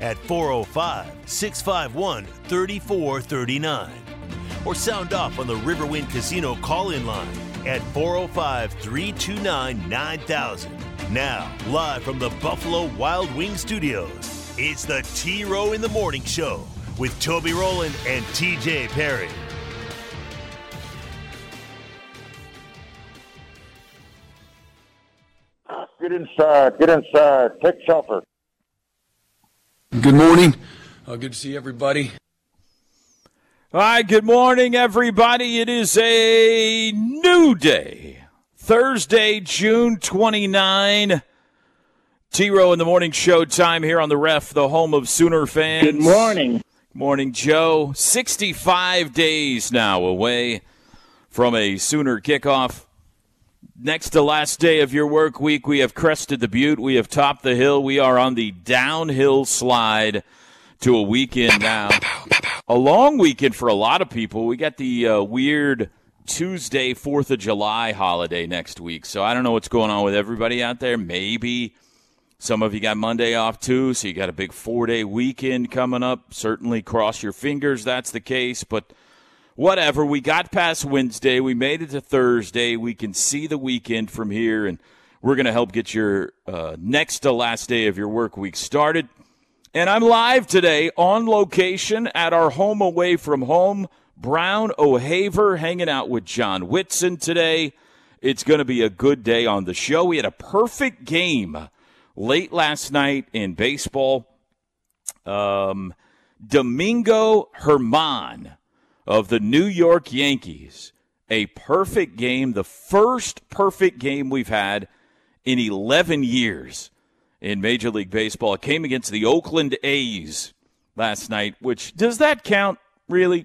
at 405 651 3439 or sound off on the Riverwind Casino call in line at 405 329 9000. Now, live from the Buffalo Wild Wing Studios, it's the T Row in the Morning Show with Toby Rowland and TJ Perry. Get inside. Get inside. Take shelter. Good morning. Uh, good to see everybody. All right, good morning, everybody. It is a new day, Thursday, June 29. T Row in the morning show time here on the ref, the home of Sooner fans. Good morning. Morning, Joe. 65 days now away from a Sooner kickoff. Next to last day of your work week, we have crested the butte. We have topped the hill. We are on the downhill slide to a weekend now. A long weekend for a lot of people. We got the uh, weird Tuesday, 4th of July holiday next week. So I don't know what's going on with everybody out there. Maybe some of you got Monday off too, so you got a big four day weekend coming up. Certainly cross your fingers that's the case, but whatever. We got past Wednesday. We made it to Thursday. We can see the weekend from here, and we're going to help get your uh, next to last day of your work week started. And I'm live today on location at our home away from home, Brown O'Haver, hanging out with John Whitson today. It's going to be a good day on the show. We had a perfect game late last night in baseball. Um, Domingo Herman of the New York Yankees, a perfect game, the first perfect game we've had in 11 years in Major League Baseball. It came against the Oakland A's last night, which does that count really?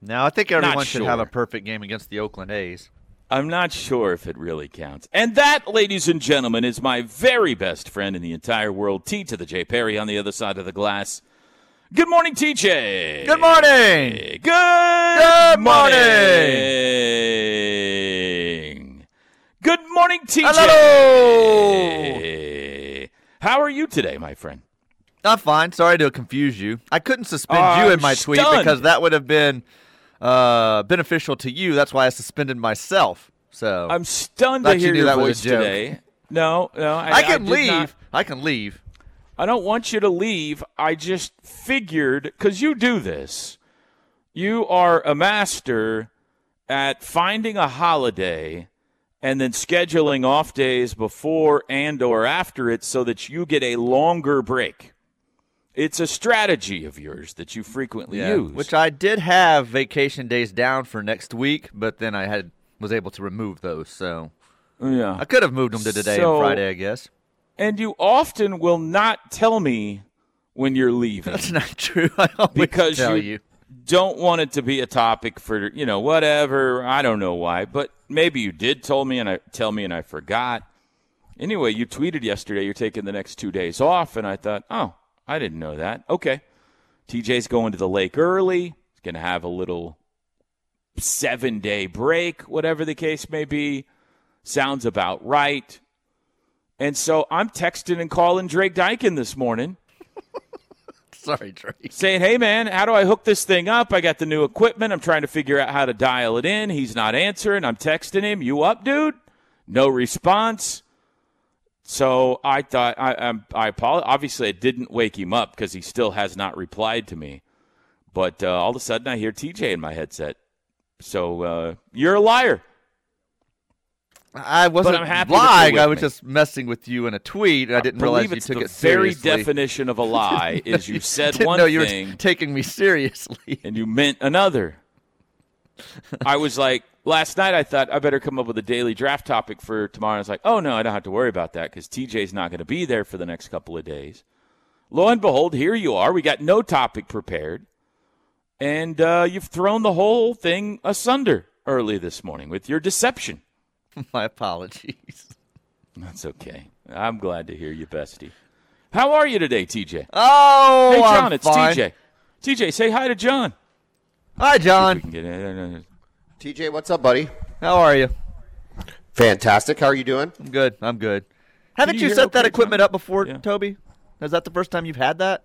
No, I think everyone should have a sure. perfect game against the Oakland A's. I'm not sure if it really counts. And that, ladies and gentlemen, is my very best friend in the entire world, T to the J Perry on the other side of the glass. Good morning, TJ. Good morning. Good, Good morning. Good morning, TJ. Hello. How are you today, my friend? I'm fine. Sorry to confuse you. I couldn't suspend you I'm in my tweet stunned. because that would have been uh, beneficial to you. That's why I suspended myself. So I'm stunned Thought to you hear knew your that was voice a joke. today. No, no, I, I can did leave. not- I can leave. I don't want you to leave. I just figured because you do this, you are a master at finding a holiday and then scheduling off days before and or after it so that you get a longer break. It's a strategy of yours that you frequently use. Which I did have vacation days down for next week, but then I had was able to remove those. So yeah. I could have moved them to today So- and Friday, I guess. And you often will not tell me when you're leaving. That's not true. I always because tell you, you. don't want it to be a topic for you know whatever. I don't know why, but maybe you did tell me and I tell me and I forgot. Anyway, you tweeted yesterday you're taking the next two days off, and I thought, oh, I didn't know that. Okay, TJ's going to the lake early. He's going to have a little seven day break, whatever the case may be. Sounds about right. And so I'm texting and calling Drake Dykin this morning Sorry, Drake. saying, "Hey man, how do I hook this thing up? I got the new equipment. I'm trying to figure out how to dial it in. He's not answering. I'm texting him. You up, dude? No response. So I thought I I'm, I apologize. Obviously, I didn't wake him up because he still has not replied to me. But uh, all of a sudden, I hear TJ in my headset. So uh, you're a liar. I wasn't I'm happy that you're lying. with I was me. just messing with you in a tweet. I didn't Believe realize you it's took the it very seriously. definition of a lie is you said didn't one know you thing. were taking me seriously. and you meant another. I was like, last night I thought I better come up with a daily draft topic for tomorrow. I was like, oh no, I don't have to worry about that because TJ's not going to be there for the next couple of days. lo and behold, here you are. We got no topic prepared. And uh, you've thrown the whole thing asunder early this morning with your deception. My apologies. That's okay. I'm glad to hear you, bestie. How are you today, TJ? Oh, hey, John, I'm it's fine. TJ. TJ, say hi to John. Hi, We John. can get in. TJ, what's up, buddy? How are you? Fantastic. How are you doing? I'm good. I'm good. Haven't you you, hear set that okay, equipment John? up before, Yeah. Toby? Is that the first time you've had that?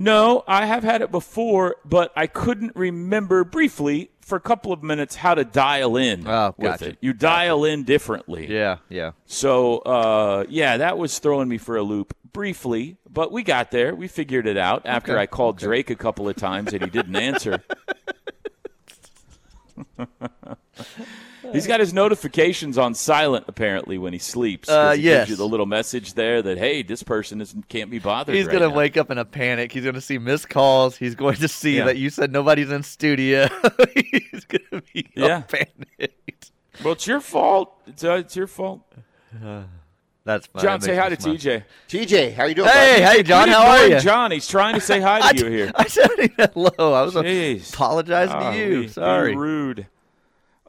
No, I have had it before, but I couldn't remember briefly for a couple of minutes how to dial in Oh, with gotcha. it. You dial in differently. Yeah, yeah. So, uh, yeah, that was throwing me for a loop briefly, but we got there. We figured it out after I called Drake a couple of times and he didn't answer. He's got his notifications on silent apparently when he sleeps. 'cause Uh, it yes. gives you the little message there that hey, this person is, can't be bothered. He's right gonna now. wake up in a panic. He's gonna see missed calls. He's going to see Yeah. that you said nobody's in studio. He's gonna be all Yeah. panicked. Well, it's your fault. It's, uh, it's your fault. That's fine. John, That say makes hi me to smile. TJ. TJ, how are you doing? Hey, hey, John, We how are ignored you? John, he's trying to say hi I to you here. I said hello. I was Jeez. Ah, apologizing to Golly, you. be Sorry. rude.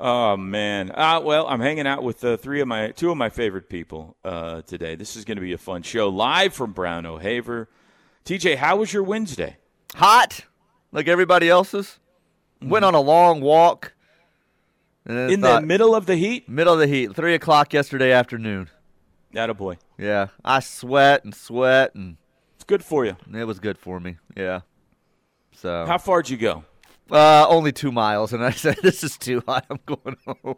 Oh man. Uh, well, I'm hanging out with uh, three of my two of my favorite people uh, today. This is going to be a fun show, live from Brown O'Haver. TJ, how was your Wednesday? Hot, like everybody else's. Went on a long walk. And then Mm-hmm. In thought- the middle of the heat. middle of the heat, three o'clock yesterday afternoon. That a boy. Yeah, I sweat and sweat, and It's good for you. it was good for me. Yeah. So How far'd you go? Uh, only two miles, and I said, "This is too high. I'm going home."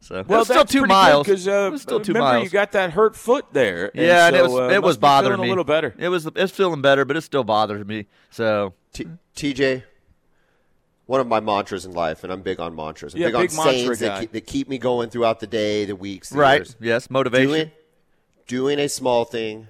So it was still that's two pretty good miles. 'cause, uh, it was still two remember miles. you got that hurt foot there. yeah, and so, it was uh, it was must be bothering feeling me a little better. It was it's feeling better, but it still bothers me. So T- TJ, one of my mantras in life, and I'm big on mantras. I'm Yeah, big, on big mantra sayings guy. that keep, that keep me going throughout the day, the weeks, the right, years. yes, motivation. Doing, doing a small thing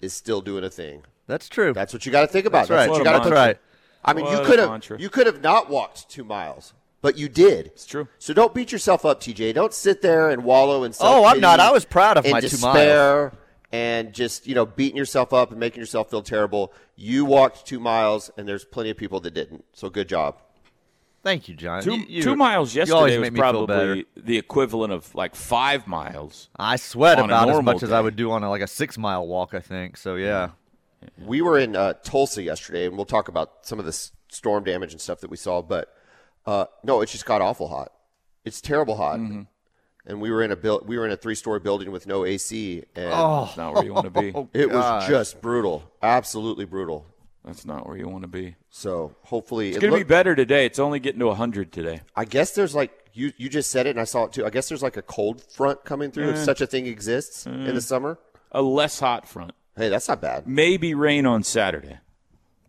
is still doing a thing. That's true. That's what you got to think about. That's right. what What you a got That's to mantra. right. I mean, What you a could have mantra. you could have not walked two miles, but you did. It's true. So don't beat yourself up, TJ. Don't sit there and wallow in self. Oh, I'm not. I was proud of my two despair and just you know beating yourself up and making yourself feel terrible. You walked two miles, and there's plenty of people that didn't. So good job. Thank you, John. Two, You- you- two miles you always yesterday was make me feel better. probably the equivalent of like five miles. I sweat on a about as normal much as I day. would do on a, like a six mile walk. I think so. Yeah. We were in uh, Tulsa yesterday, and we'll talk about some of the s- storm damage and stuff that we saw. But uh, no, it just got awful hot. It's terrible hot. Mm-hmm. And we were in a build, we were in a three story building with no AC, and That's not where you want to be. it was just brutal, absolutely brutal. That's not where you want to be. So hopefully, It's it going to be look- better today. It's only getting to 100 today. I guess there's like you you just said it, and I saw it too. I guess there's like a cold front coming through if such a thing exists in the Mm. summer. A less hot front. Hey, that's not bad. Maybe rain on Saturday.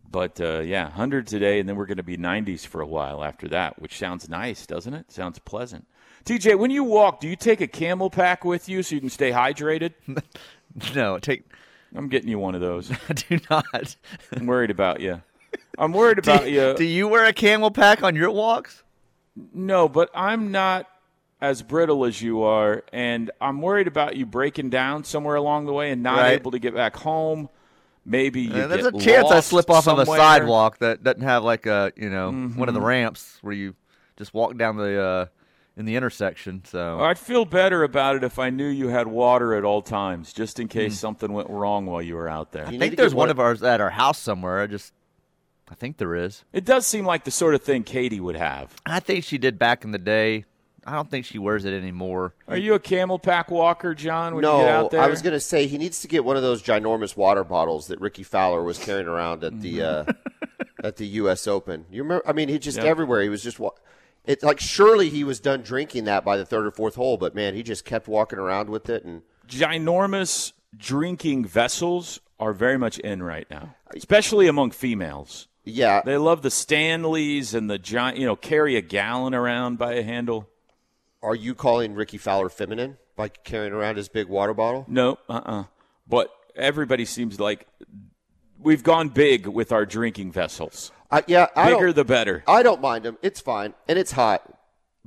But uh, yeah, 100 today, and then we're going to be 90s for a while after that, which sounds nice, doesn't it? Sounds pleasant. TJ, when you walk, do you take a camel pack with you so you can stay hydrated? No, take. I'm getting you one of those. Do not. I'm worried about you. I'm worried about you. Do you wear a camel pack on your walks? No, but I'm not as brittle as you are, and I'm worried about you breaking down somewhere along the way and not Right. able to get back home. Maybe you Yeah, Uh, there's a get chance I lost slip off of a somewhere. sidewalk that doesn't have like a you know one of the ramps where you just walk down the uh, in the intersection. So I'd feel better about it if I knew you had water at all times, just in case Hmm. something went wrong while you were out there. You I need to think get there's one of ours at our house somewhere. I just I think there is. It does seem like the sort of thing Katie would have. I think she did back in the day. I don't think she wears it anymore. Are you a camel pack walker, John? When you get No, out there, I was gonna say he needs to get one of those ginormous water bottles that Ricky Fowler was carrying around at the uh, Mm-hmm. at the U.S. Open. You remember? I mean, he just everywhere. He was just wa- it like surely he was done drinking that by the third or fourth hole, but man, he just kept walking around with it. And ginormous drinking vessels are very much in right now, especially among females. yeah, They love the Stanleys and the giant, you know, carry a gallon around by a handle. are you calling Ricky Fowler feminine by carrying around his big water bottle? No, uh uh But everybody seems like we've gone big with our drinking vessels. I, yeah, I don't- Bigger the better. I don't mind them. It's fine, and it's hot.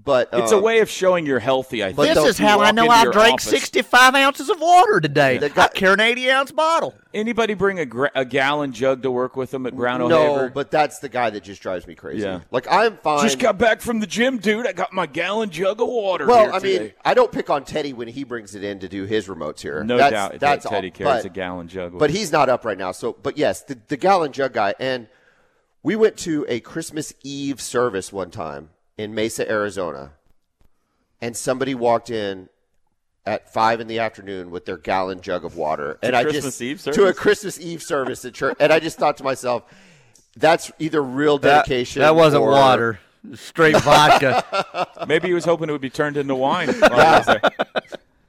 But It's a um, way of showing you're healthy, I think. But This they'll- is You how I walk know into I your drank office. 65 ounces of water today. They I got- carry an 80 ounce bottle. Anybody bring a, gra- a gallon jug to work with them at Brown No, O'Haver? but that's the guy that just drives me crazy. Yeah. Like I'm fine. Just got back from the gym, dude. I got my gallon jug of water. well, here I mean, today. I don't pick on Teddy when he brings it in to do his remotes here. no that's, doubt that's that Teddy all, carries but- a gallon jug. With But him. he's not up right now. So, but yes, the, the gallon jug guy. And we went to a Christmas Eve service one time in Mesa, Arizona, and somebody walked in at five in the afternoon with their gallon jug of water, and I Christmas just Eve to a service? Christmas Eve service at church, and I just thought to myself, that's either real dedication. That, that wasn't or- water. Straight vodka. Maybe he was hoping it would be turned into wine. while he was there.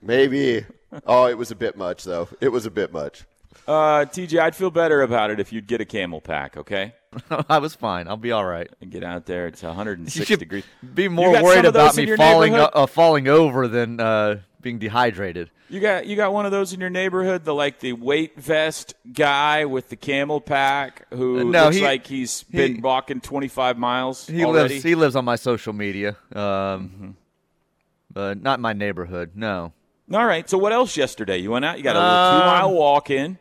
Maybe. Oh, it was a bit much though. It was a bit much. Uh, TJ, I'd feel better about it if you'd get a camel pack, okay? I was fine. I'll be all right. And get out there. It's 106 You should degrees. be more You got some worried of those about in me your falling o- neighborhood? uh, falling over than uh, being dehydrated. You got you got one of those in your neighborhood, the like the weight vest guy with the camel pack who Uh, no, looks he- like he's been he- walking 25 miles He already. lives. He lives on my social media, um, but not in my neighborhood. No. All right. So what else yesterday? You went out. You got a Um, little two mile walk in.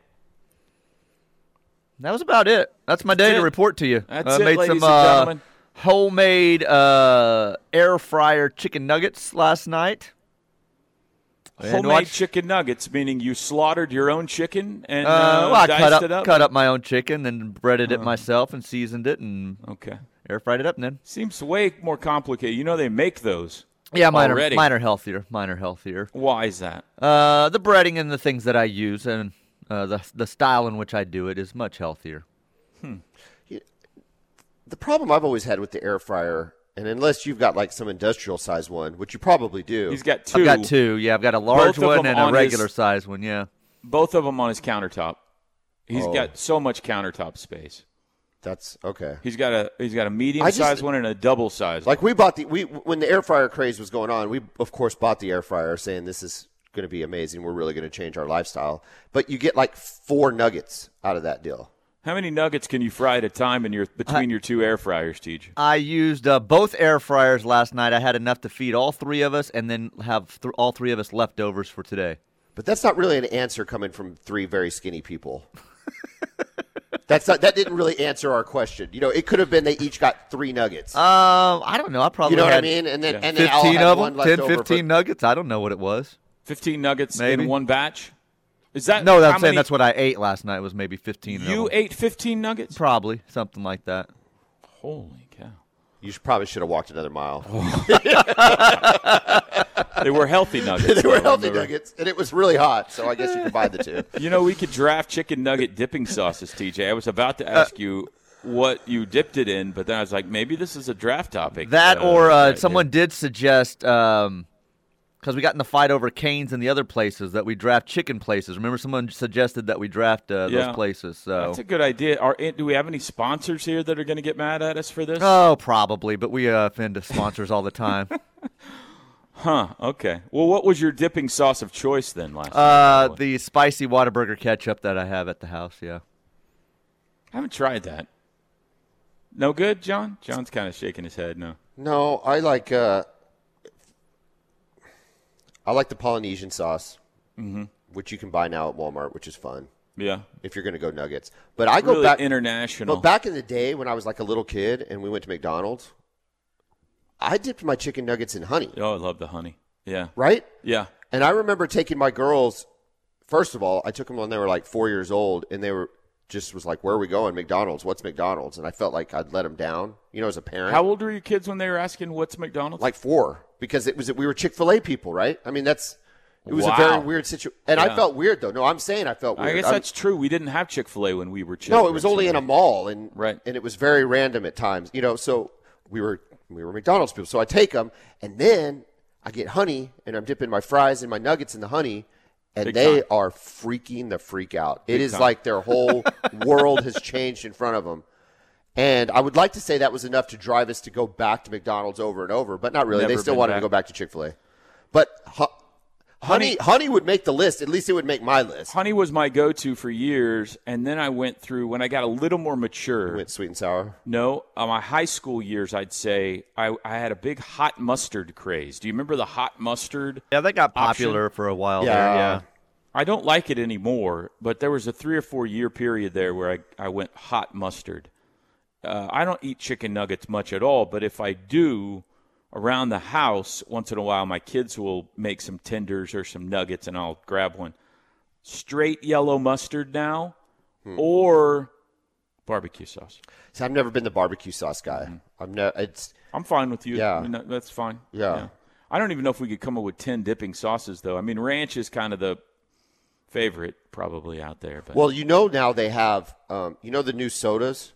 That was about it. That's my day it. to report to you. That's I it, made ladies and some uh, gentlemen. homemade uh, air fryer chicken nuggets last night. And Homemade watched- chicken nuggets, meaning you slaughtered your own chicken and uh, Uh, well, I diced cut up, it up. Oh. cut up my own chicken and breaded it myself and seasoned it and Okay. air fried it up. And then, Seems way more complicated. You know they make those. yeah, mine are, Already. mine are healthier. Mine are healthier. Why is that? Uh, the breading and the things that I use and uh, the the style in which I do it is much healthier. the problem I've always had with the air fryer, and unless you've got like some industrial size one, which you probably do, He's got 2 I've got two. Yeah, I've got a large Both of one them and a on regular his- size one. Yeah. Both of them on his countertop. He's Oh. got so much countertop space. that's okay. He's got a he's got a medium I just- size one and a double size. Like we bought the we when the air fryer craze was going on, we of course bought the air fryer, saying this is going to be amazing. We're really going to change our lifestyle. But you get like four nuggets out of that deal. How many nuggets can you fry at a time in your between your two air fryers, Teach? I used uh, both air fryers last night. I had enough to feed all three of us, and then have th- all three of us leftovers for today. But that's not really an answer coming from three very skinny people. that's not that didn't really answer our question. You know, it could have been they each got three nuggets. Um, I don't know. I probably you know what I had mean? And then and they all Fifteen had of one them, left 10, over for- 15 nuggets. I don't know what it was. Fifteen nuggets Maybe. in one batch. Is that No, Uh, how that's saying many- that's what I ate last night. Was maybe fifteen. of you them. ate? Fifteen nuggets? probably something like that. Holy cow! You should, probably should have walked another mile. Oh, They were healthy nuggets. they were though, healthy remember. nuggets, and it was really hot, so I guess you combined the two. You know, we could draft chicken nugget dipping sauces, TJ. I was about to ask you what you dipped it in, but then I was like, maybe this is a draft topic. That or uh, idea. someone did suggest because we got in the fight over Canes and the other places that we draft chicken places. Remember, someone suggested that we draft uh, Yeah. those places. So That's a good idea. Are, do we have any sponsors here that are going to get mad at us for this? Uh, oh, probably, but we uh, offend sponsors all the time. huh. Okay. Well, what was your dipping sauce of choice then last night? Uh, by the way? the spicy Whataburger ketchup that I have at the house. Yeah, I haven't tried that. No good, John? John's kind of shaking his head. No. No, I like uh, I like the Polynesian sauce, Mm-hmm. which you can buy now at Walmart, which is fun Yeah. if you're going to go nuggets. But I go really back. international. but back in the day when I was like a little kid and we went to McDonald's, I dipped my chicken nuggets in honey, oh, I love the honey. Yeah. right? Yeah. And I remember taking my girls. First of all, I took them when they were like four years old, and they were just was like, "Where are we going? McDonald's? What's McDonald's?" And I felt like I'd let them down, you know, as a parent. How old were your kids when they were asking what's McDonald's? like four because it was we were Chick Fil A people, right? I mean, that's it was Wow. a very weird situation, and Yeah. I felt weird though. No, I'm saying I felt weird. I guess I'm- that's true. We didn't have Chick fil A when we were children. no, it was only in a mall, and Right. and it was very random at times, you know. So we were we were McDonald's people, so I take them, and then I get honey, and I'm dipping my fries and my nuggets in the honey. And Big they time. are freaking the freak out. It is time. like their whole world has changed in front of them. And I would like to say that was enough to drive us to go back to McDonald's over and over, but not really. Never they still been wanted back. to go back to Chick Fil A. But ho- Honey, honey, would make the list. At least it would make my list. Honey was my go-to for years, and then I went through when I got a little more mature. Went sweet and sour. No, uh, my high school years, I'd say I, I had a big hot mustard craze. Do you remember the hot mustard? Yeah, that got Option. popular for a while Yeah. there. Yeah. I don't like it anymore, but there was a three or four year period there where I, I went hot mustard. Uh, I don't eat chicken nuggets much at all, but if I do, around the house once in a while, my kids will make some tenders or some nuggets, and I'll grab one. Straight yellow mustard now, or barbecue sauce. See, I've never been the barbecue sauce guy. Mm-hmm. I've never. It's I'm fine with you. Yeah. I mean, that- that's fine. Yeah. I don't even know if we could come up with ten dipping sauces though. I mean, ranch is kind of the favorite probably out there, but well, you know now they have. Um, you know the new sodas.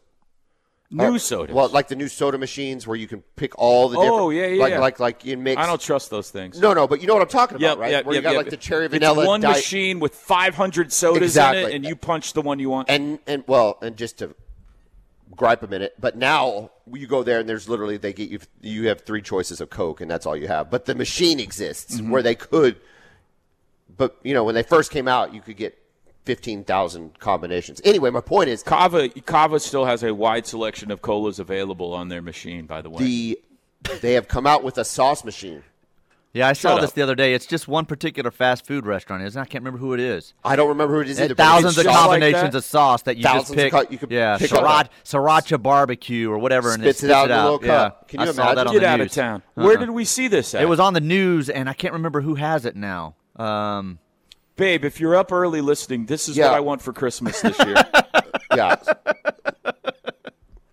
new Or- sodas. uh, Well, like the new soda machines where you can pick all the. Oh, different, yeah, yeah, Like yeah. like like you mix. I don't trust those things. No, no, but you know what I'm talking about, Yep, right? yep, where you yep, got yep. like the cherry vanilla It's one diet- machine with 500 sodas in Exactly. it, and you punch the one you want. and and well, and just to gripe a minute, but now you go there and there's literally they get you you have three choices of Coke and that's all you have. But the machine exists Mm-hmm. where they could, but you know when they first came out, you could get fifteen thousand combinations. Anyway, my point is Kava, Kava still has a wide selection of colas available on their machine. By the way, the they have come out with a sauce machine. Yeah, I saw Shut this up. the other day. It's just one particular fast food restaurant. Isn't I can't remember who it is. I don't remember who it is It either. but thousands of it's just sauce- like combinations that. of sauce that you Thousands just of pick. co- you could yeah, pick sriracha, up. sriracha barbecue or whatever, and Spits it it out in a little yeah. cup. Can you I saw that imagine? on get the out of news. town. Uh-uh. Where did we see this? At? It was on the news, and I can't remember who has it now. Um, babe. If you're up early listening, this is Yeah. what I want for Christmas this year. yeah.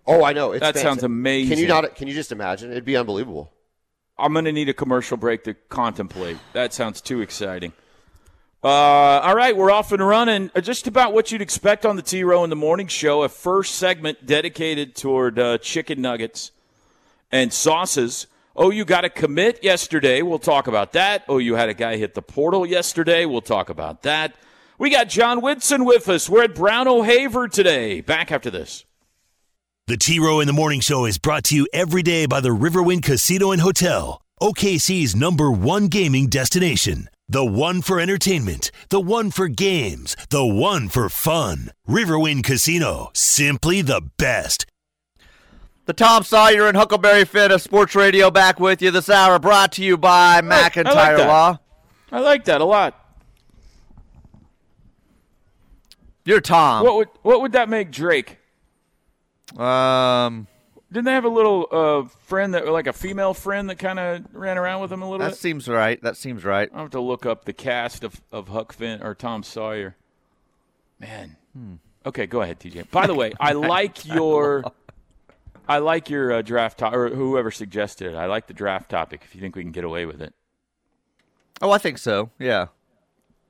Oh, I know. It's That sounds fantastic. amazing. Can you not? Can you just imagine? It'd be unbelievable. I'm going to need a commercial break to contemplate. That sounds too exciting. Uh, all right, we're off and running. Uh, Just about what you'd expect on the T Row in the Morning Show. A first segment dedicated toward uh, chicken nuggets and sauces. Oh, you got a commit yesterday. We'll talk about that. Oh, you had a guy hit the portal yesterday. We'll talk about that. We got John Whitson with us. We're at Brown O'Haver today. Back after this. The T Row in the Morning Show is brought to you every day by the Riverwind Casino and Hotel, OKC's number one gaming destination. The one for entertainment, the one for games, the one for fun. Riverwind Casino, simply the best. The Tom Sawyer and Huckleberry Finn of Sports Radio back with you this hour, brought to you by like- I McIntyre like that. Law. I like that a lot. You're Tom. What would what would that make Drake? Um, Didn't they have a little uh, friend that, like a female friend that kind of ran around with him a little that bit? seems right. That seems right. I'll have to look up the cast of, of Huck Finn or Tom Sawyer. Man. Okay, go ahead, TJ. By the way, I like your. I like your uh, draft to- or whoever suggested it. I like the draft topic. If you think we can get away with it, Oh, I think so. Yeah.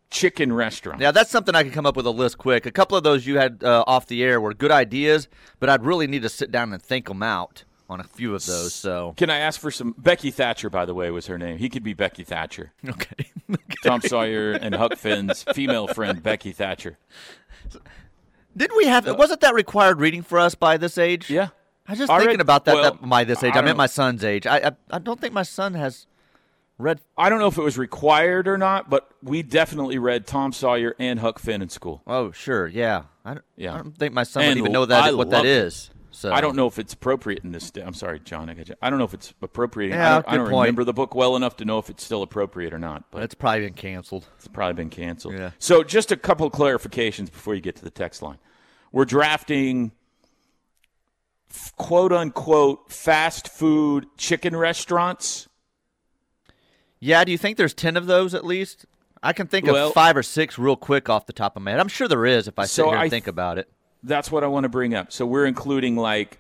chicken restaurant. Yeah, that's something I could come up with a list quick. A couple of those you had uh, off the air were good ideas, but I'd really need to sit down and think them out on a few of those. So, Can I ask for some Becky Thatcher? By the way, was her name? He could be Becky Thatcher. okay. Tom Sawyer and Huck Finn's female friend Becky Thatcher. Did we have, wasn't that required reading for us by this age? Yeah. I was just I read- thinking about that, well, that by this I age. I, don't meant know. my son's age. I, I, I don't think my son has read. I don't know if it was required or not, but we definitely read Tom Sawyer and Huck Finn in school. Oh, sure. Yeah. I don't, Yeah. I don't think my son would And even know I that what that love it. is. So I don't know if it's appropriate in this day. I'm sorry, John. I, got you. I don't know if it's appropriate. I Yeah, don't, I good don't point. remember the book well enough to know if it's still appropriate or not, but It's probably been canceled. it's probably been canceled. Yeah. So, just a couple of clarifications before you get to the text line. We're drafting f- quote unquote fast food chicken restaurants. Yeah. Do you think there's ten of those at least? I can think Well- of five or six real quick off the top of my head. I'm sure there is if I sit So here and I think th- about it. that's what I want to bring up. So we're including like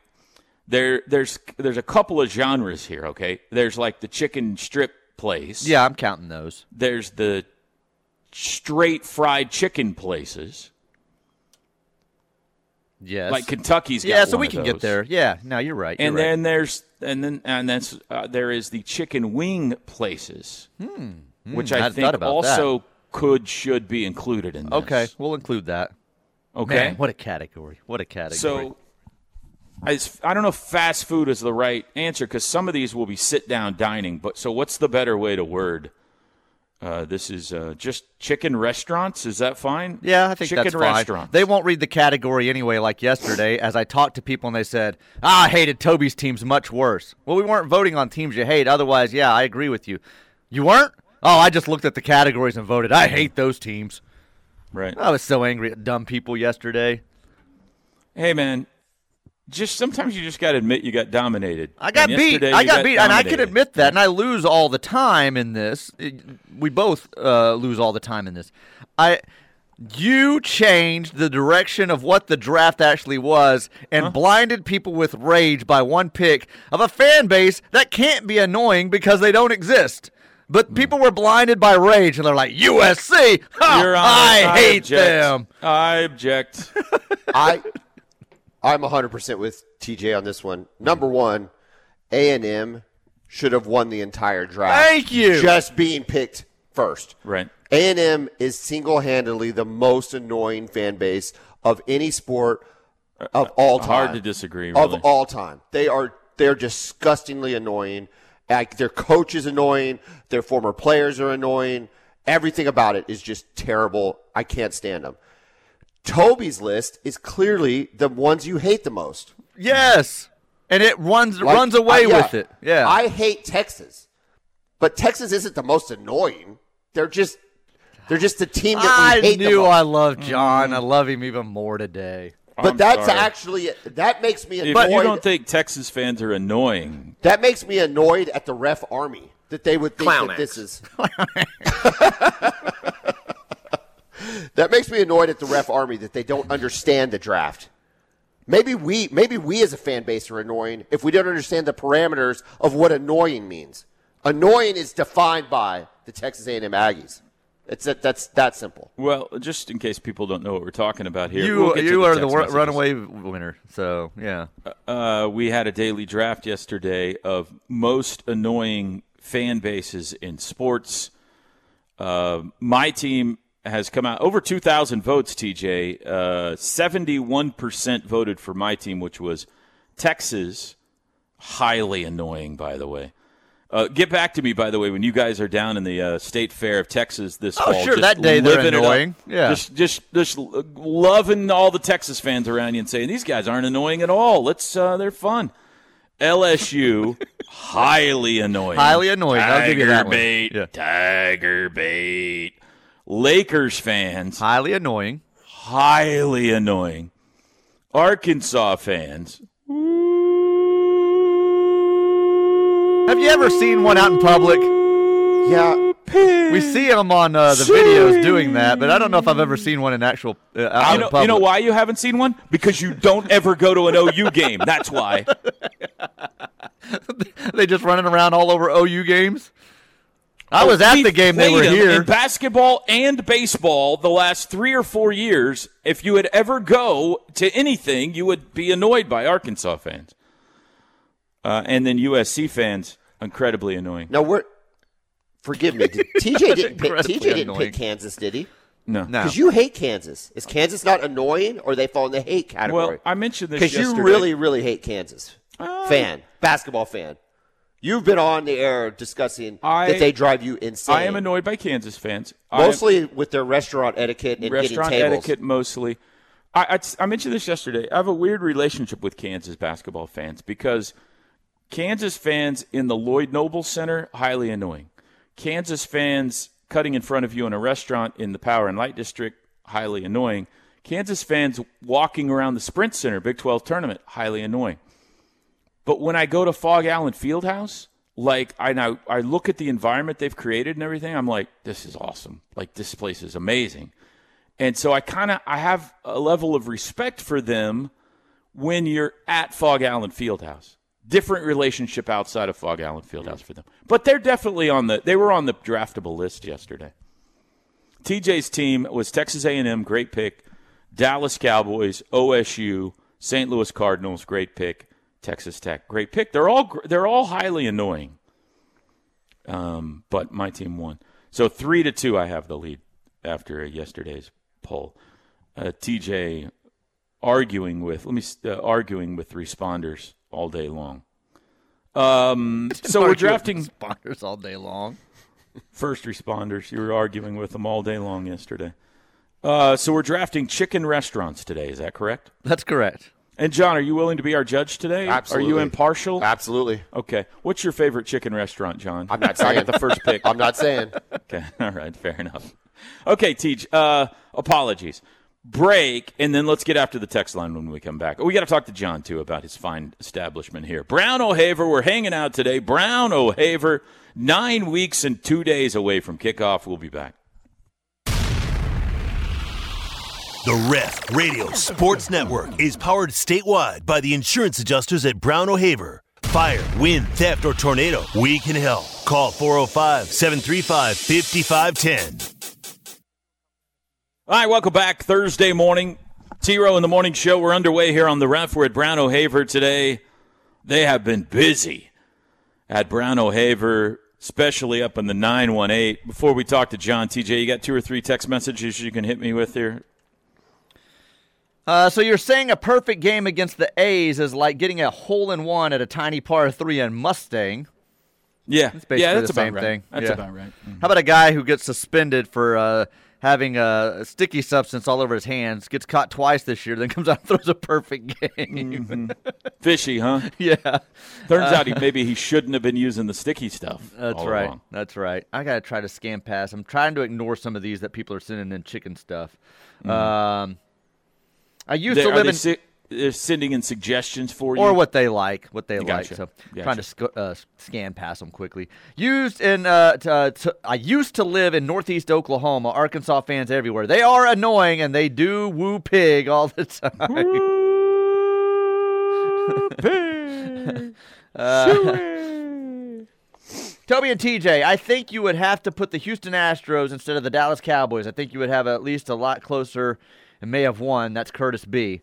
there there's there's a couple of genres here, okay? There's like the chicken strip place. Yeah, I'm counting those. There's the straight fried chicken places. Yes. Like Kentucky's got yeah, so one we of can get those. there. Yeah. No, you're right. And you're right. then there's and then and that's uh, there is the chicken wing places. Which I I Hmm. hadn't think thought about also could should be included in this. okay, we'll include that. Okay. Man, what a category! What a category! So I, s- I don't know if fast food is the right answer because some of these will be sit down dining. But so what's the better way to word Uh, this is uh, just chicken restaurants. Is that fine? Yeah, I think chicken that's fine. restaurants. They won't read the category anyway. Like yesterday, as I talked to people and they said, ah, "I hated Toby's teams much worse." Well, we weren't voting on teams you hate. Otherwise, yeah, I agree with you. You weren't? Oh, I just looked at the categories and voted. I hate those teams. right. I was so angry at dumb people yesterday. Hey man, just sometimes you just got to admit you got dominated. I got And beat. yesterday I you got, beat, and I can dominated. admit that. And I lose all the time in this. It- we both uh, lose all the time in this. I, you changed the direction of what the draft actually was, and blinded people with rage by one pick of a fan base that can't be annoying because they don't exist. Hmm. But people were blinded by rage, and they're like, "USC, ha, Your Honor, I, hate object. them." I object. I I'm 100% with TJ on this one. Number 1, A&M should have won the entire draft. Thank you. Just being picked first. Right. A&M is single-handedly the most annoying fan base of any sport of all time. Uh, Hard to disagree. of Really. all time. They are they're disgustingly annoying. Like their coach is annoying. Their former players are annoying. Everything about it is just terrible. I can't stand them. Toby's list is clearly the ones you hate the most. Yes, and it runs Like, runs away I- yeah. with it. Yeah, I hate Texas, but Texas isn't the most annoying. They're just they're just the team that I we hate the knew most. I loved John. I Mm-hmm. love him even more today. But I'm that's sorry. actually that makes me annoyed. If you don't think Texas fans are annoying, That makes me annoyed at the ref army that they would think Clown act. that this is. that makes me annoyed at the ref army that they don't understand the draft. Maybe we, maybe we as a fan base are annoying if we don't understand the parameters of what annoying means. Annoying is defined by the Texas A&M Aggies. It's that, that's that simple. well, just in case people don't know what we're talking about here, You we'll get to you are the text wor- messages. runaway winner. So yeah, Uh, we had a daily draft yesterday of most annoying fan bases in sports. Uh, my team has come out over 2,000 votes, TJ. Uh, 71% voted for my team, which was Texas. Highly annoying, by the way. Uh, get back to me, by the way, when you guys are down in the uh, State Fair of Texas this Oh, fall. sure, Just that day they're living it up. annoying. Yeah. Just, just, just lo- loving all the Texas fans around you and saying these guys aren't annoying at all. Let's, uh, they're fun. LSU, highly annoying. Highly annoying. I'll give you that Tiger one. bait. Yeah. Tiger bait. Lakers fans, highly annoying. highly annoying. Arkansas fans, Have you ever seen one out in public? Yeah, We see them on uh, the videos doing that, but I don't know if I've ever seen one in actual uh, out You in know, public. you know why you haven't seen one? Because you don't ever go to an OU game. That's why. they just running around all over OU games. I Oh, was at we've the game they played were them here. In basketball and baseball, the last three or four years, if you would ever go to anything, you would be annoyed by Arkansas fans. Uh, and then USC fans, incredibly annoying. now we're. Forgive me. Did, TJ didn't pick, Incredibly TJ didn't annoying. pick Kansas, did he? No. No. Because you hate Kansas. Is Kansas not annoying, or they fall in the hate Well, category? I mentioned this because you yesterday. Um, really, really hate Kansas fan, basketball fan. You've been on the air discussing I- that they drive you insane. I am annoyed by Kansas fans. I am- mostly with their restaurant etiquette and restaurant getting tables. etiquette mostly. I, I, I mentioned this yesterday. I have a weird relationship with Kansas basketball fans because Kansas fans in the Lloyd Noble Center highly annoying. Kansas fans cutting in front of you in a restaurant in the Power and Light District highly annoying. Kansas fans walking around the Sprint Center Big 12 tournament highly annoying. But when I go to Fog Allen Fieldhouse, like I now I look at the environment they've created and everything, I'm like, this is awesome. Like this place is amazing. And so I kind of I have a level of respect for them when you're at Fog Allen Fieldhouse. Different relationship outside of Fog Allen Fieldhouse for them. But they're definitely on the they were on the draftable list yesterday. TJ's team was Texas A&M, great pick. Dallas Cowboys, OSU, St. Louis Cardinals, great pick. Texas Tech, great pick. They're all gr- they're all highly annoying. Um, but my team won, so three to two. I have the lead after yesterday's poll. Uh, TJ arguing with let me s- uh, arguing with responders all day long. Um, so we're Argue with drafting responders all day long. First responders. You were arguing with them all day long yesterday. Uh, so we're drafting chicken restaurants today. Is that correct? That's correct. And John, are you willing to be our judge today? Are you Absolutely. impartial? Absolutely. Okay. What's your favorite chicken restaurant, John? I'm not saying. I got the first pick. I'm not saying. Okay. All right. Fair enough. Okay, Teach. Uh, apologies. Break, and then let's get after the text line when we come back. Oh, we got to talk to John too about his fine establishment here. Brown O'Haver, we're hanging out today. Brown O'Haver, nine weeks and two days away from kickoff. We'll be back. The Ref Radio Sports Network is powered statewide by the insurance adjusters at Brown O'Haver. Fire, wind, theft, or tornado, we can help. Call 405 735 5510. All right, welcome back. Thursday morning, T Row in the Morning Show. We're underway here on the ref. We're at Brown O'Haver today. They have been busy at Brown O'Haver, especially up in the 918. Before we talk to John, TJ, you got two or three text messages you can hit me with here? Uh, so you're saying a perfect game against the A's is like getting a hole in one at a tiny par three in Mustang. Yeah. basically yeah, that's the about same right. thing. That's Yeah. about right. How about a guy who gets suspended for uh, having a sticky substance all over his hands, gets caught twice this year, then comes out and throws a perfect game? Fishy, huh? Uh, yeah, Turns out he maybe he shouldn't have been using the sticky stuff. that's all right. along. That's right. I gotta try to scan past. I'm trying to ignore some of these that people are sending in chicken stuff. Um, I Mm-hmm. used They, to are live they in si- they're sending in suggestions for you? or what they like, what they like. Gotcha. So Gotcha. trying to sc- uh, scan past them quickly. Used in uh, t- uh, t- I used to live in Northeast Oklahoma. Arkansas fans everywhere. They are annoying and they do woo pig all the time. Uh, Toby and TJ, I think you would have to put the Houston Astros instead of the Dallas Cowboys. I think you would have at least a lot closer and may have won. That's Curtis B.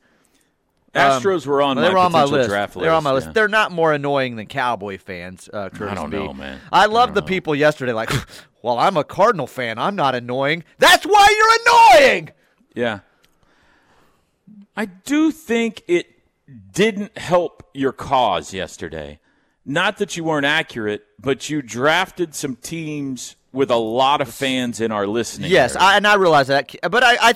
Um, Astros were on, they my were on my potential list. draft They're on my list. yeah. They're not more annoying than Cowboy fans. Uh, Curtis don't B. know, man. I love the people yesterday. Like, well, I'm a Cardinal fan. I'm not annoying. That's why you're annoying. Yeah. I do think it didn't help your cause yesterday. Not that you weren't accurate, but you drafted some teams with a lot of fans in our listening. Yes, area. I, and I realize that. But I, I,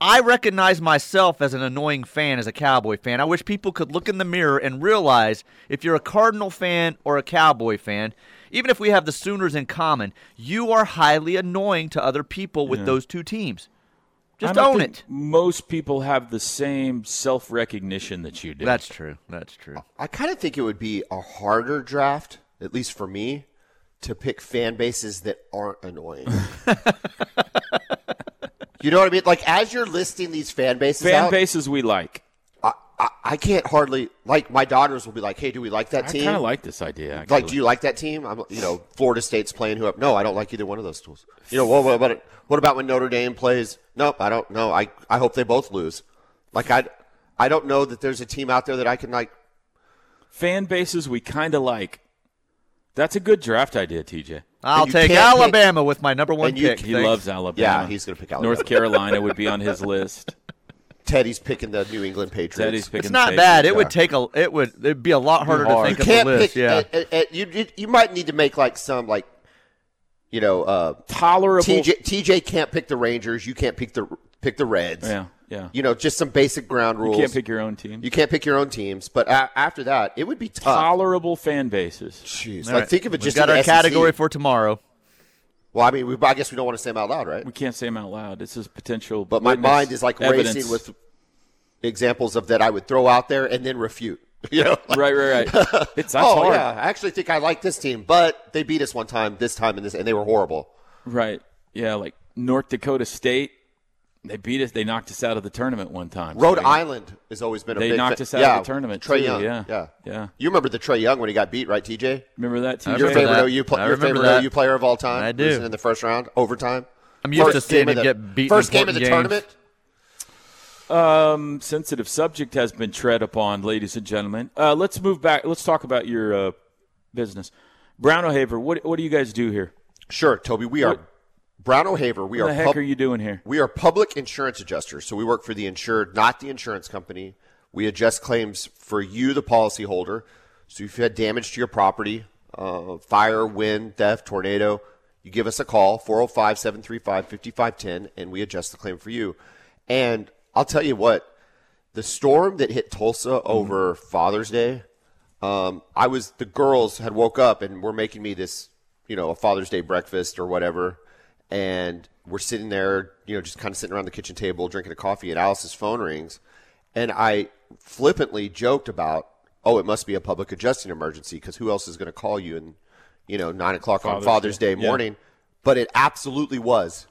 I recognize myself as an annoying fan, as a Cowboy fan. I wish people could look in the mirror and realize if you're a Cardinal fan or a Cowboy fan, even if we have the Sooners in common, you are highly annoying to other people with those two teams. I Just don't own think it. Most people have the same self recognition that you do. That's true. That's true. I kind of think it would be a harder draft, at least for me, to pick fan bases that aren't annoying. you know what I mean? Like as you're listing these fan bases fan out, bases we like. I, I, I can't hardly like my daughters will be like, "Hey, do we like that I team?" kind of like this idea. Actually. Like, do you like that team? I'm, you know, Florida State's playing who? No, I don't like either one of those schools. You know, what, what about it? What about when Notre Dame plays? Nope, I don't know. I, I hope they both lose. Like, I, I don't know that there's a team out there that I can like. fan bases we kind of like? That's a good draft idea, TJ. I'll you take can't pick- Alabama with my number one and you pick. He Thanks. loves Alabama. Yeah, he's gonna pick North Alabama. Carolina would be on his list. Teddy's picking the New England Patriots. Teddy's picking. It's the not Patriots. bad. It would take a. It would. It'd be a lot harder to Hard. think you of can't the list. pick. yeah. uh, uh, uh, you, you you might need to make like some like, you know, uh, tolerable. TJ TJ can't pick the Rangers. You can't pick the pick the Reds. Yeah, yeah. You know, just some basic ground rules. You can't pick your own team. You can't pick your own teams, but a- after that, it would be tough. tolerable fan bases. Jeez, All like right. think of it We've just got in our SEC. category for tomorrow. Well, I mean, we, I guess we don't want to say them out loud, right? We can't say them out loud. This is potential. But my witness mind is like evidence. racing with examples of that I would throw out there and then refute. You know, like, Right, right, right. It's that's oh hard. yeah, I actually think I like this team, but they beat us one time, this time, and this, and they were horrible. Right. Yeah, like North Dakota State. They beat us. They knocked us out of the tournament one time. Rhode So, Island has always been a They big knocked fa- us out of yeah, the tournament, Trey too, Young, yeah. yeah, Yeah. You remember the Trey Young when he got beat, right, TJ? Remember that team? Your remember favorite that. OU, pl- I your remember favorite that. OU player of all time, I do. losing in the first round, overtime. I'm used to seeing game of him the- get beat in First game of the important games. tournament. sensitive subject has been tread upon, ladies and gentlemen. Uh, let's move back. Let's talk about your uh, business, Brown O'Haver. What what do you guys do here? Sure, Toby. We are Brown O'Haver. We What are the heck pub- are you doing here? we are public insurance adjusters, so we work for the insured, not the insurance company. We adjust claims for you, the policyholder. So if you had damage to your property, uh, fire, wind, theft, tornado, You give us a call, 405 735 5510, oh, and we adjust the claim for you. And I'll tell you what, the storm that hit Tulsa over Father's Day, um, I was, the girls had woke up and were making me this, you know, a Father's Day breakfast or whatever. And we're sitting there, you know, just kind of sitting around the kitchen table drinking a coffee, and Alice's phone rings. And I flippantly joked about, oh, it must be a public adjusting emergency because who else is going to call you in, you know, nine o'clock on Father's Day morning? But it absolutely was.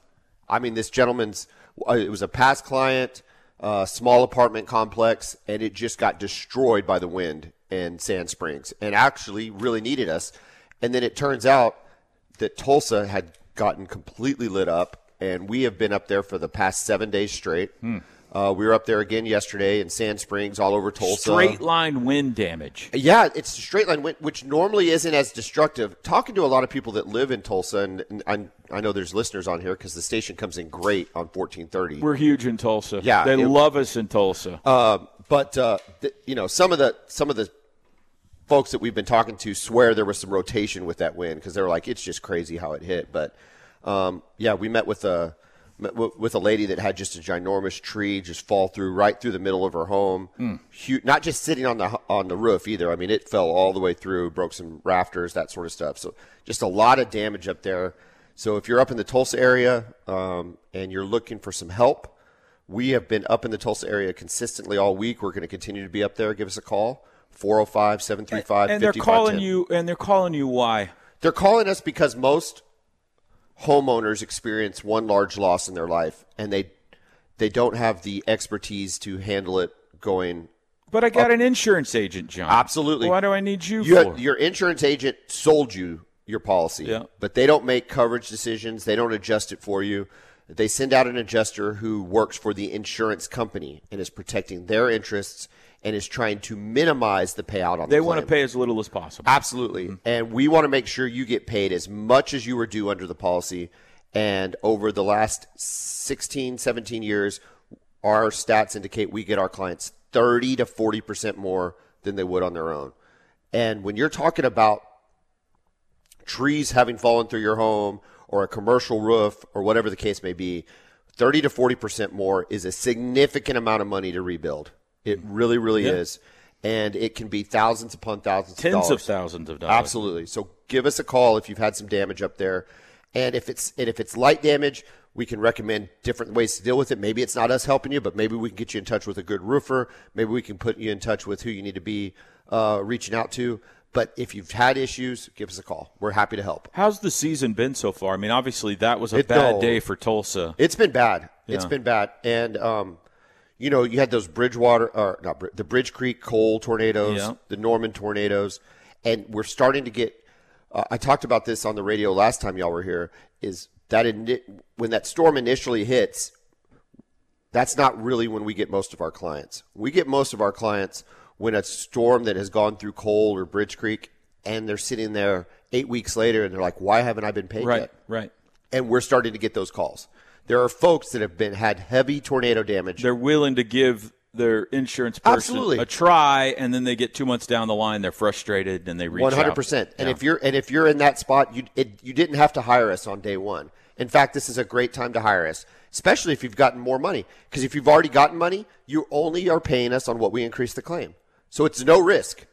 I mean, this gentleman's, uh, it was a past client, uh, small apartment complex, and it just got destroyed by the wind and Sand Springs and actually really needed us. And then it turns out that Tulsa had gotten completely lit up, and we have been up there for the past seven days straight. Uh, we were up there again yesterday in Sand Springs, all over Tulsa. Straight line wind damage. Yeah, it's a straight line, whi- which normally isn't as destructive. Talking to a lot of people that live in Tulsa, and, and I, I know there's listeners on here because the station comes in great on 1430. We're huge in Tulsa. Yeah, They it- love us in Tulsa. Um, but uh, th- you know, some of the some of the folks that we've been talking to swear there was some rotation with that win because they were like, it's just crazy how it hit. But um, yeah, we met with a met w- with a lady that had just a ginormous tree just fall through right through the middle of her home. Hu not just sitting on the h- on the roof either. I mean, it fell all the way through, broke some rafters, that sort of stuff. So just a lot of damage up there. So if you're up in the Tulsa area um, and you're looking for some help, we have been up in the Tulsa area consistently all week. We're going to continue to be up there. Give us a call 405 735 and they're calling you. And they're calling you. Why? They're calling us because most homeowners experience one large loss in their life and they they don't have the expertise to handle it going But I got an insurance agent, John. Uh, Absolutely. Why do I need you, You- for? your insurance agent sold you your policy, Yeah. but they don't make coverage decisions. They don't adjust it for you. They send out an adjuster who works for the insurance company and is protecting their interests and is trying to minimize the payout on they the want to claim. pay as little as possible. Mm-hmm. Absolutely. And we want to make sure you get paid as much as you were due under the policy. And over the last 16, 17 years, our stats indicate we get our clients 30 to 40% more than they would on their own. And when you're talking about trees having fallen through your home or a commercial roof or whatever the case may be, 30 to 40% more is a significant amount of money to rebuild. It Mm-hmm. really, really is. And it can be thousands upon thousands Tens dollars. of thousands of dollars. Absolutely. So give us a call if you've had some damage up there, and if it's and if it's light damage, we can recommend different ways to deal with it. Maybe it's not us helping you, but maybe we can get you in touch with a good roofer. Maybe we can put you in touch with who you need to be uh, reaching out to. But if you've had issues, give us a call. We're happy to help. How's the season been so far? I mean, obviously that was a It- bad no. day for Tulsa. It's been bad. It's Yeah. been bad. And um, you know, you had those Bridgewater or not Brid- the Bridge Creek coal tornadoes, Yeah. the Norman tornadoes, and we're starting to get. Uh, I talked about this on the radio last time y'all were here. Is that in, when that storm initially hits? That's not really when we get most of our clients. We get most of our clients when a storm that has gone through coal or Bridge Creek, and they're sitting there eight weeks later, and they're like, "Why haven't I been paid Right. yet?" Right. and we're starting to get those calls. There are folks that have been had heavy tornado damage. They're willing to give their insurance person Absolutely. a try, and then they get two months down the line, they're frustrated, and they reach out. One hundred percent. And if you're and if you're in that spot, you it, you didn't have to hire us on day one. In fact, this is a great time to hire us, especially if you've gotten more money. Because if you've already gotten money, you only are paying us on what we increase the claim. So it's no risk.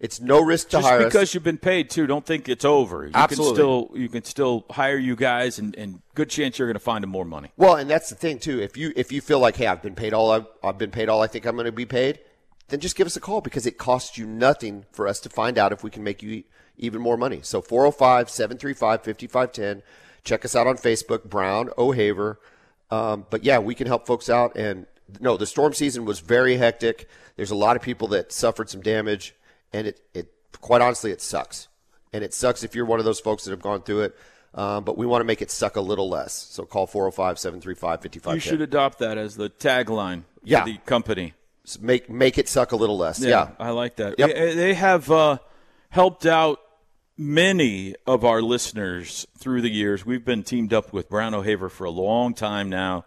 It's no risk to Just hire us. because you've been paid too, don't think it's over. You Absolutely. Can still, you can still hire you guys, and, and good chance you're going to find them more money. Well, and that's the thing too. If you if you feel like, hey, I've been paid all I've, I've been paid all I think I'm going to be paid, then just give us a call because it costs you nothing for us to find out if we can make you e- even more money. So 405-735-5510. Check us out on Facebook, Brown O'Haver. Um, but yeah, we can help folks out. And no, the storm season was very hectic. There's a lot of people that suffered some damage, and it it quite honestly it sucks and it sucks if you're one of those folks that have gone through it. Um, but we want to make it suck a little less. So call 405 735 You should 5510. adopt that as the tagline Yeah. for the company. Make, make it suck a little less. Yeah. I like that. Yep. They, they have uh, helped out many of our listeners through the years. We've been teamed up with Brown O'Haver for a long time now,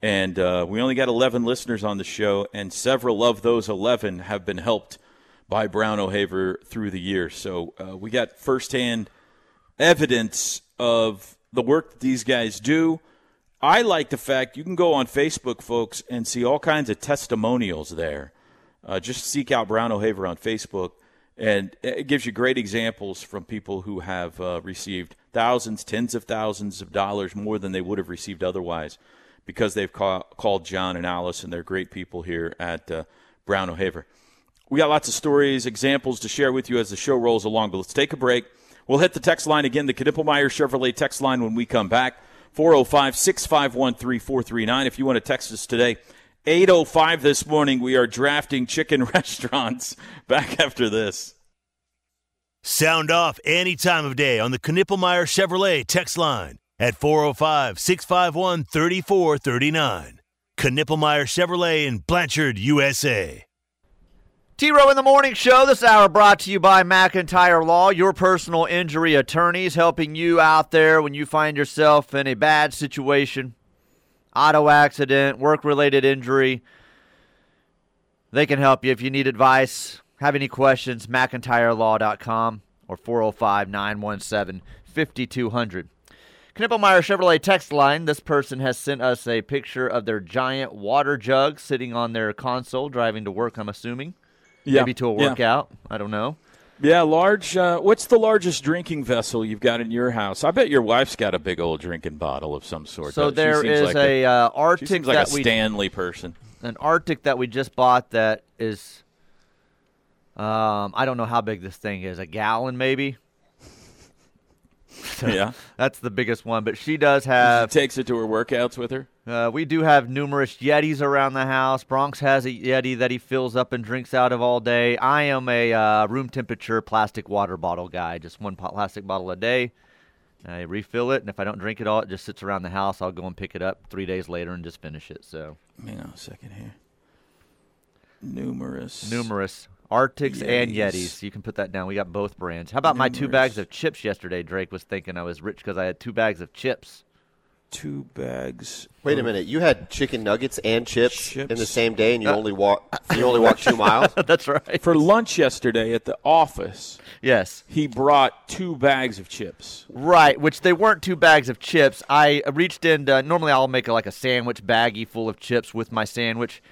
and uh, we only got 11 listeners on the show, and several of those 11 have been helped by Brown O'Haver through the years. So uh, we got firsthand evidence of the work that these guys do. I like the fact you can go on Facebook, folks, and see all kinds of testimonials there. Uh, just seek out Brown O'Haver on Facebook, and it gives you great examples from people who have uh, received thousands, tens of thousands of dollars more than they would have received otherwise because they've ca- called John and Alice, and they're great people here at uh, Brown O'Haver. We got lots of stories, examples to share with you as the show rolls along, but let's take a break. We'll hit the text line again, the Knippelmeyer Chevrolet text line when we come back. 405 651 3439. If you want to text us today, 805 this morning, we are drafting chicken restaurants. Back after this. Sound off any time of day on the Knippelmeyer Chevrolet text line at 405 651 3439. Knippelmeyer Chevrolet in Blanchard, USA. T Row in the Morning Show this hour brought to you by McIntyre Law, your personal injury attorneys, helping you out there when you find yourself in a bad situation auto accident, work related injury. They can help you if you need advice. Have any questions, McIntyreLaw.com or 405 917 5200. Knippelmeyer Chevrolet text line. This person has sent us a picture of their giant water jug sitting on their console, driving to work, I'm assuming Yeah. maybe to a Yeah. workout. I don't know. Yeah, large. Uh, what's the largest drinking vessel you've got in your house? I bet your wife's got a big old drinking bottle of some sort. So doesn't she? there Seems is like a, uh, she Arctic seems like that a we Stanley person. an Arctic that we just bought that is um I don't know how big this thing is, a gallon maybe. yeah, That's the biggest one, but she does have takes it to her workouts with her. uh, we do have numerous Yetis around the house. Bronx has a Yeti that he fills up and drinks out of all day. I am a uh, room temperature plastic water bottle guy, just one po- plastic bottle a day. I refill it, and if I don't drink it all, it just sits around the house. I'll go and pick it up three days later and just finish it. So Hang on a second here. Numerous. Numerous. Arctics and Yetis. Yetis. You can put that down. We got both brands. How about my two Numerous. bags of chips yesterday? Drake was thinking I was rich because I had two bags of chips. Two bags. Wait a minute. You had chicken nuggets and chips, Chips. in the same day, and you only walk. You only walked two miles. That's right. For lunch yesterday at the office, Yes. he brought two bags of chips. Right, which they weren't two bags of chips. I reached in. To, normally, I'll make a, like a sandwich baggie full of chips with my sandwich,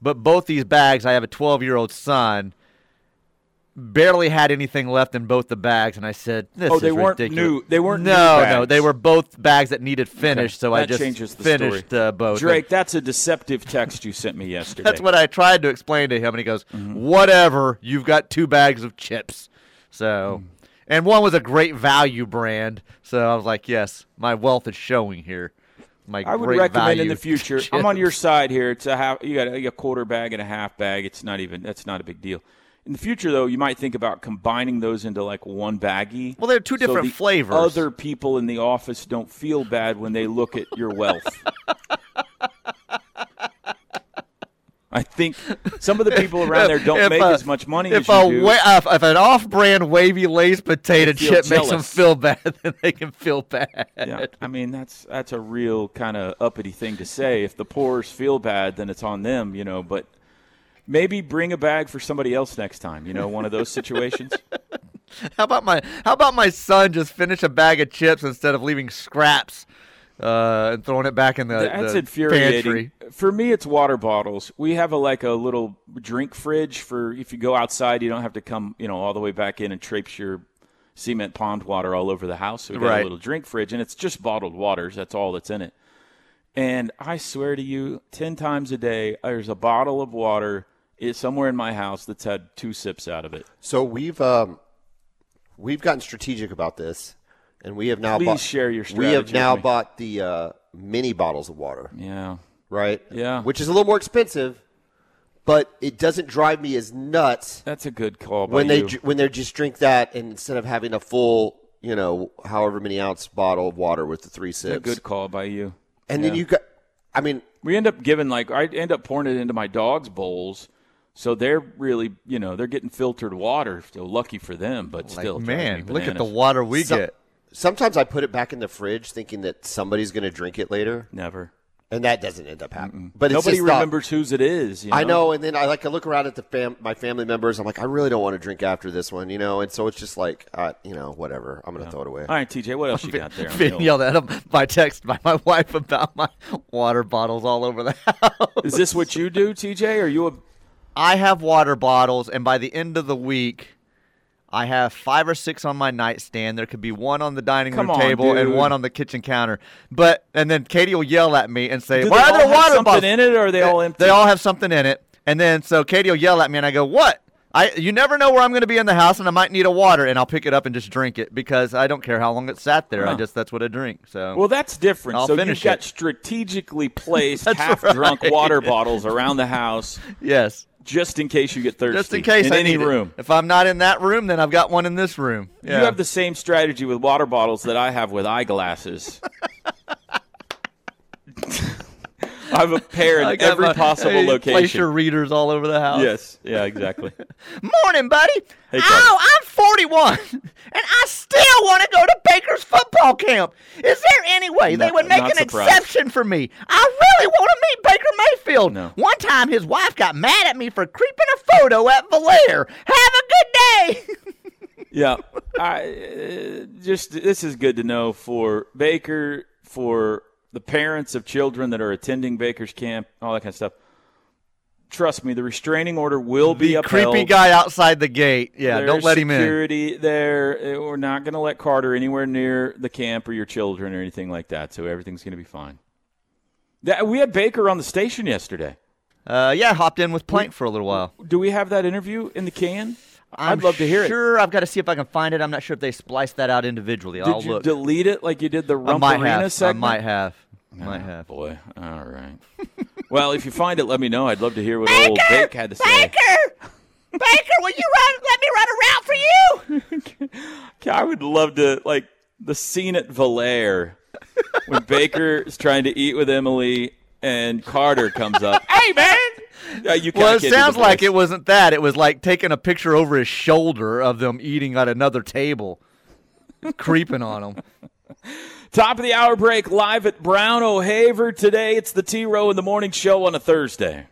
but both these bags, I have a 12 year old son. Barely had anything left in both the bags, and I said, "This Oh, they is weren't ridiculous." new- they weren't new No, no, bags. they were both bags that needed finish. So I That just changes the finished story. Uh, both. Drake, that's a deceptive text you sent me yesterday. That's what I tried to explain to him, and he goes, Mm-hmm. "Whatever. You've got two bags of chips." So, Mm. and one was a great value brand. So I was like, "Yes, my wealth is showing here." My I would great recommend in value the future. chips. I'm on your side here. It's a half. You got a, a quarter bag and a half bag. It's not even. That's not a big deal. In the future, though, you might think about combining those into like one baggie. Well, they're two so different the flavors. Other people in the office don't feel bad when they look at your wealth. I think some of the people around there don't If make a- as much money If as a you do. wa- if, if an off-brand wavy Lay's potato feel chip makes them jealous. feel bad, then they can feel bad. Yeah, I mean that's that's a real kind of uppity thing to say. If the poor's feel bad, then it's on them, you know. But maybe bring a bag for somebody else next time. You know, one of those situations. How about my How about my son just finish a bag of chips instead of leaving scraps uh, and throwing it back in the, that's the infuriating. pantry? For me, it's water bottles. We have a like a little drink fridge for if you go outside, you don't have to come, you know, all the way back in and traipse your cement pond water all over the house. So we got Right. a little drink fridge, and it's just bottled waters. That's all that's in it. And I swear to you, ten times a day, there's a bottle of water is somewhere in my house that's had two sips out of it. So we've um, we've gotten strategic about this, and we have now Please bought, share your We strategy have with now me. bought the uh, mini bottles of water, Yeah. right? Yeah. which is a little more expensive, but it doesn't drive me as nuts That's a good call. By when they you. ju- when they just drink that and instead of having a full you know however many ounce bottle of water with the three a sips. good call by you. and then you got, I mean, We end up giving like I end up pouring it into my dog's bowls, so they're really you know they're getting filtered water. So lucky for them, but still, it drives Man, me look at the bananas. water we Some- get. sometimes I put it back in the fridge thinking that somebody's going to drink it later. never. and that doesn't end up happening. But it's Nobody just not- remembers whose it is. you I know, and then I like I look around at the fam, my family members. I'm like, I really don't want to drink after this one, you know. And so it's just like, uh, you know, whatever. I'm gonna throw it away. All right, TJ, what else you got there? Finn yelled at him by text by my wife about my water bottles all over the house. Is this what you do, TJ? Are you a I have water bottles, and by the end of the week, I have five or six on my nightstand. There could be one on the dining Come room on, table and dude. one on the kitchen counter. But and then Katie will yell at me and say, Do they "Why are all there have water something bottles in it, or are they all empty? They all have something in it. And then so Katie will yell at me, and I go, "What?" I, you never know where I'm going to be in the house, and I might need a water, and I'll pick it up and just drink it because I don't care how long it sat there. I Huh. just that's what I drink. So Well, that's different. I'll so you've finish got it. strategically placed That's half-drunk right. water bottles around the house yes, just in case you get thirsty. just in case in I any need it. room. If I'm not in that room, then I've got one in this room. Yeah. You have the same strategy with water bottles that I have with eyeglasses. I have a pair I in got every my- possible hey, Place location. your readers all over the house. yes. Yeah. Exactly. Morning, buddy. Hey, oh, I'm 41, and I still want to go to Baker's football camp. Is there any way they No, would make not an surprised. exception for me? I really want to meet Baker Mayfield. No. One time, his wife got mad at me for creeping a photo at Valair. Have a good day. yeah. I uh, just this is good to know for Baker, for the parents of children that are attending Baker's camp, all that kind of stuff. Trust me, the restraining order will be upheld. Creepy guy outside the gate. Yeah, There's don't let him in. security there. Uh, We're not going to let Carter anywhere near the camp or your children or anything like that. So everything's going to be fine. That, we had Baker on the station yesterday. Uh, yeah, hopped in with Plank for a little while. Do we have that interview in the can? i would love to hear it. Sure, I've got to see if I can find it. I'm not sure if they spliced that out individually. Did I'll you look. delete it like you did the I Rump might Arena have. segment? I might have. Might have. Boy, all right. well, if you find it, let me know. I'd love to hear what old Bake had to say. Baker! Baker, will you run? Let me run a route for you. I would love to like the scene at Valaire when Baker is trying to eat with Emily and Carter comes up. hey man, uh, you can't, Well, I can't it do the sounds like voice. it wasn't that. It was like taking a picture over his shoulder of them eating at another table, creeping on them. Top of the hour break live at Brown O'Haver today. It's the T Row in the Morning Show on a Thursday.